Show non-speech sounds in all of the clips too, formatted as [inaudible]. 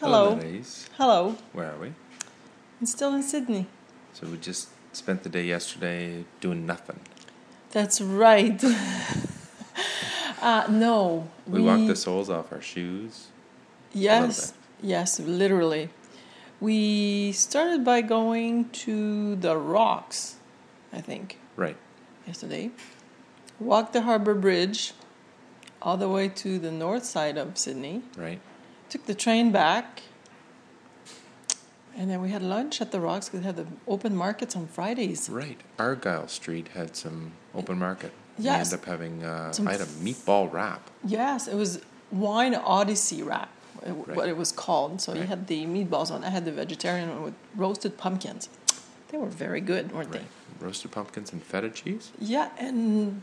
Hello. ladies. Hello. Where are we? I'm still in Sydney. So we just spent the day yesterday doing nothing. That's right. [laughs] uh, no. We, walked the soles off our shoes. Yes. Yes, literally. We started by going to the rocks, I think, Right. yesterday. Walked the harbour bridge all the way to the north side of Sydney. Right. Took the train back. And then we had lunch at the rocks. We had the open markets on Fridays. Right. Argyle Street had some open market. Yes. We ended up having, uh, Some I had a meatball wrap. Yes, it was Wine Odyssey wrap, uh, what Right. it was called. So you Right. had the meatballs on. I had the vegetarian one with roasted pumpkins. They were very good, weren't Right. Roasted pumpkins and feta cheese they? Yeah, and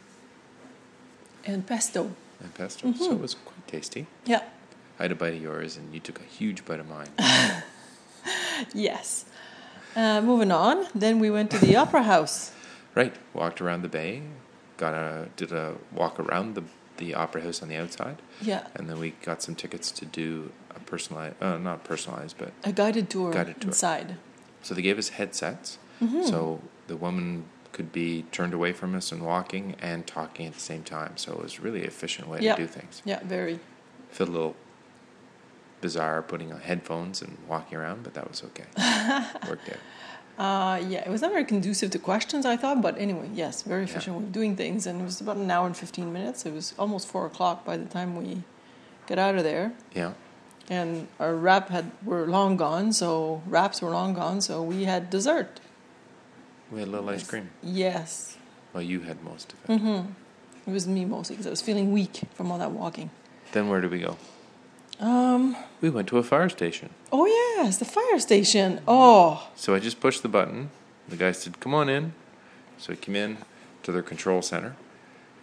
and pesto. and pesto. So it was quite tasty. Mm-hmm. Yeah. I had a bite of yours and you took a huge bite of [laughs] mine. Yes. Uh, moving on, then we went to [laughs] the opera house. right. Walked around the bay, got a, did a walk around the, the opera house on the outside. Yeah, And then we got some tickets to do a personalized, uh, not personalized, but a guided tour Guided tour. inside. so they gave us headsets. So the woman could be turned away from us and walking and talking at the same time. So it was really an efficient way Yeah. to do things. Yeah, very. Felt a little bizarre putting on headphones and walking around, but that was okay. Worked out. Uh, yeah, it was not very conducive to questions, I thought, but anyway, yes, very efficient way of doing things. And it was about an hour and 15 minutes. It was almost 4 o'clock by the time we got out of there. Yeah. And our wrap had, were long gone, so wraps were long gone, so we had dessert. We had a little ice cream. Yes, Well, you had most of it. it was me mostly because I was feeling weak from all that walking. Then where did we go? Um, we went to a fire station. Oh, yes, the fire station. Oh, So I just pushed the button. The guy said, "Come on in." So I came in to their control center,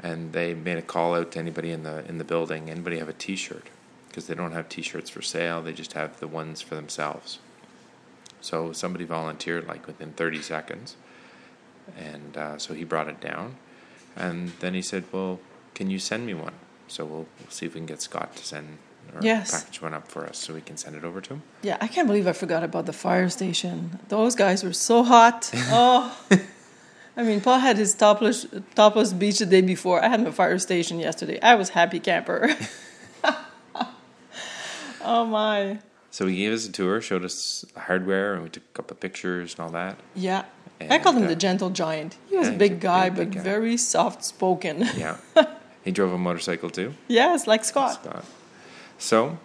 and they made a call out to anybody in the in the building. Anybody have a T-shirt? Because they don't have T-shirts for sale. They just have the ones for themselves. So somebody volunteered like within 30 seconds, and uh, so he brought it down, and then he said, "Well, can you send me one?" So we'll, we'll see if we can get Scott to send or Yes. package one up for us, so we can send it over to him. yeah, I can't believe I forgot about the fire station. Those guys were so hot. Oh, I mean, Paul had his topless, topless beach the day before. I had my fire station yesterday. I was happy camper. [laughs] oh, my. So he gave us a tour, showed us the hardware, and we took a couple of pictures and all that. Yeah. I And, called him uh, the gentle giant. He was yeah, a he's a big big, guy, big but guy. very soft spoken. Yeah. he drove a motorcycle too. [laughs] yes, like Scott. Scott. So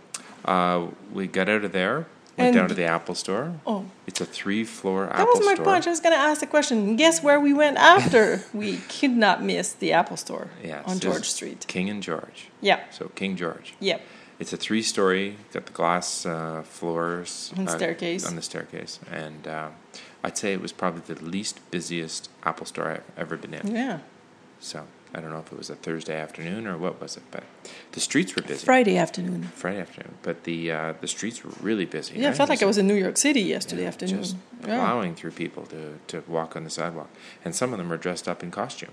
uh, we got out of there, went And- down to the Apple store. Oh. It's a three floor That Apple was my store. punch. I was going to ask the question. Guess where we went after? [laughs] we could not miss the Apple Store Yeah, it's on just George Street. King and George. Yeah. So King George. Yep. It's a three story, got the glass uh, floors And uh, staircase. on the staircase. And uh, I'd say it was probably the least busiest Apple store I've ever been in. Yeah. So I don't know if it was a Thursday afternoon or what was it, but the streets were busy. Friday afternoon. Friday afternoon, but the uh, the streets were really busy. Yeah, I felt like I was in New York City yesterday afternoon. Just yeah. plowing through people to, to walk on the sidewalk, and some of them were dressed up in costume.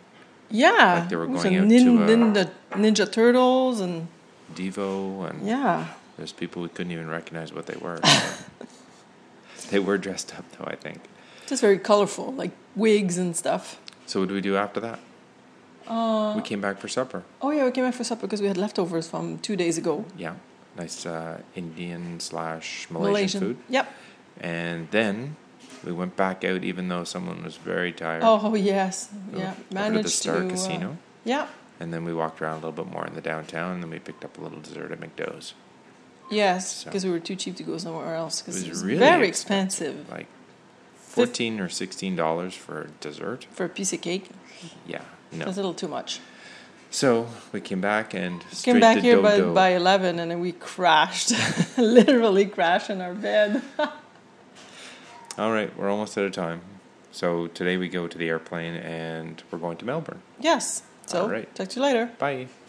Yeah. like they were It was going a out nin- to, uh, ninja, ninja Turtles and Devo and yeah. there's people we couldn't even recognize what they were. so. [laughs] they were dressed up though, I think. Just very colorful, like wigs and stuff. So what do we do after that? we came back for supper. Oh yeah, we came back for supper because we had leftovers from two days ago. Yeah, nice uh, Indian slash Malaysian food. Yep. And then we went back out, even though someone was very tired. Oh yes. We Yeah. went over to Managed the Star uh, Casino, yeah. and then we walked around a little bit more in the downtown, and then we picked up a little dessert at McDo's. Yes, So- because we were too cheap to go somewhere else. It Because was it was really very expensive, expensive Like fourteen or sixteen dollars for dessert. for a piece of cake. Yeah, That's no. a little too much. So we came back and straight Came back to here by, Dodo. by eleven, and then we crashed, [laughs] literally crashed in our bed. All right, we're almost out of time. So today we go to the airplane and we're going to Melbourne. Yes. So All right. talk to you later. Bye.